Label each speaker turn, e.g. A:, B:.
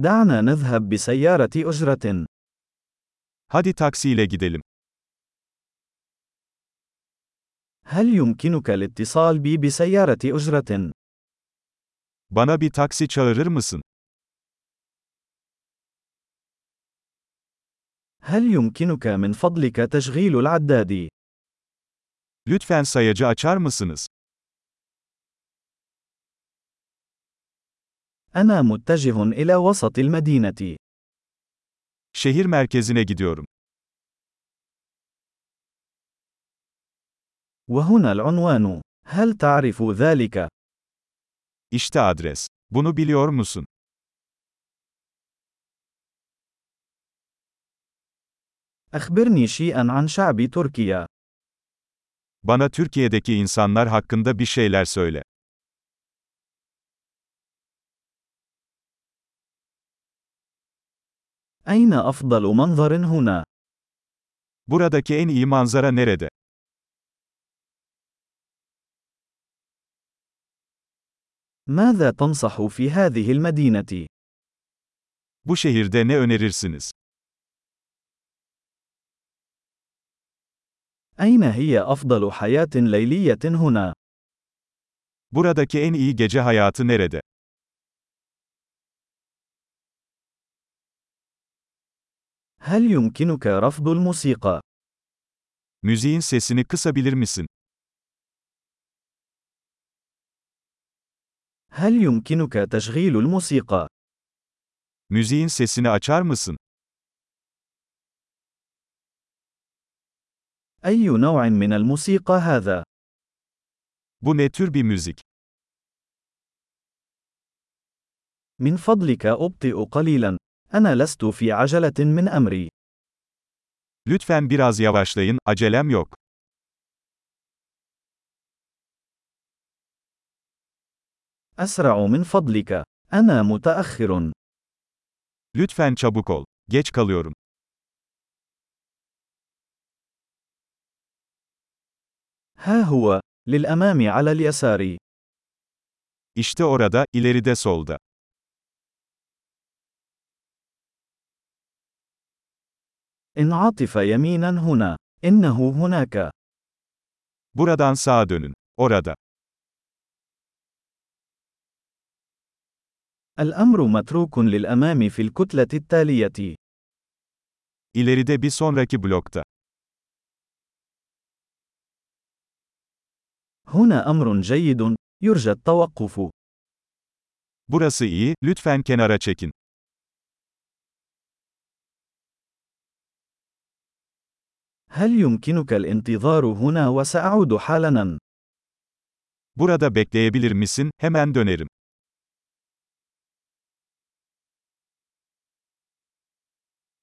A: دعنا نذهب بسيارة أجرة.
B: Hadi taksiyle gidelim.
A: هل يمكنك الاتصال بي بسيارة أجرة؟
B: Bana bir taksi çağırır mısın?
A: هل يمكنك من فضلك تشغيل العداد؟
B: Lütfen sayacı açar mısınız?
A: أنا متجه إلى وسط المدينة.
B: Şehir merkezine gidiyorum.
A: وهنا العنوان. هل تعرف ذلك؟
B: İşte adres. Bunu biliyor musun?
A: أخبرني شيئًا عن شعب تركيا.
B: Bana Türkiye'deki insanlar hakkında bir şeyler söyle.
A: أين أفضل منظر هنا؟
B: Buradaki en iyi manzara nerede?
A: ماذا تنصح في هذه المدينة؟
B: Bu şehirde ne önerirsiniz?
A: أين هي أفضل حياة ليلية هنا؟
B: Buradaki en iyi gece hayatı nerede?
A: هل يمكنك رفض الموسيقى؟
B: Müziğin sesini kısabilir misin?
A: هل يمكنك تشغيل الموسيقى؟
B: Müziğin sesini açar mısın?
A: أي نوع من الموسيقى هذا؟
B: Bu ne tür bir müzik?
A: من فضلك أبطئ قليلاً. أنا لست في عجلة من أمري.
B: Lütfen biraz yavaşlayın, acelem yok.
A: أسرع من فضلك. أنا متأخر.
B: Lütfen çabuk ol. Geç kalıyorum.
A: ها هو. للأمام على اليسار.
B: İşte orada, ileride solda.
A: انعطف يميناً هنا. إنه هناك.
B: Buradan sağa dönün. Orada.
A: الأمر متروك للأمام في الكتلة التالية.
B: İleride bir sonraki blokta.
A: هنا أمر جيد. يرجى التوقف.
B: Burası iyi, lütfen kenara çekin.
A: هل يمكنك الانتظار هنا وسأعود حالاً؟
B: Burada bekleyebilir misin? Hemen dönerim.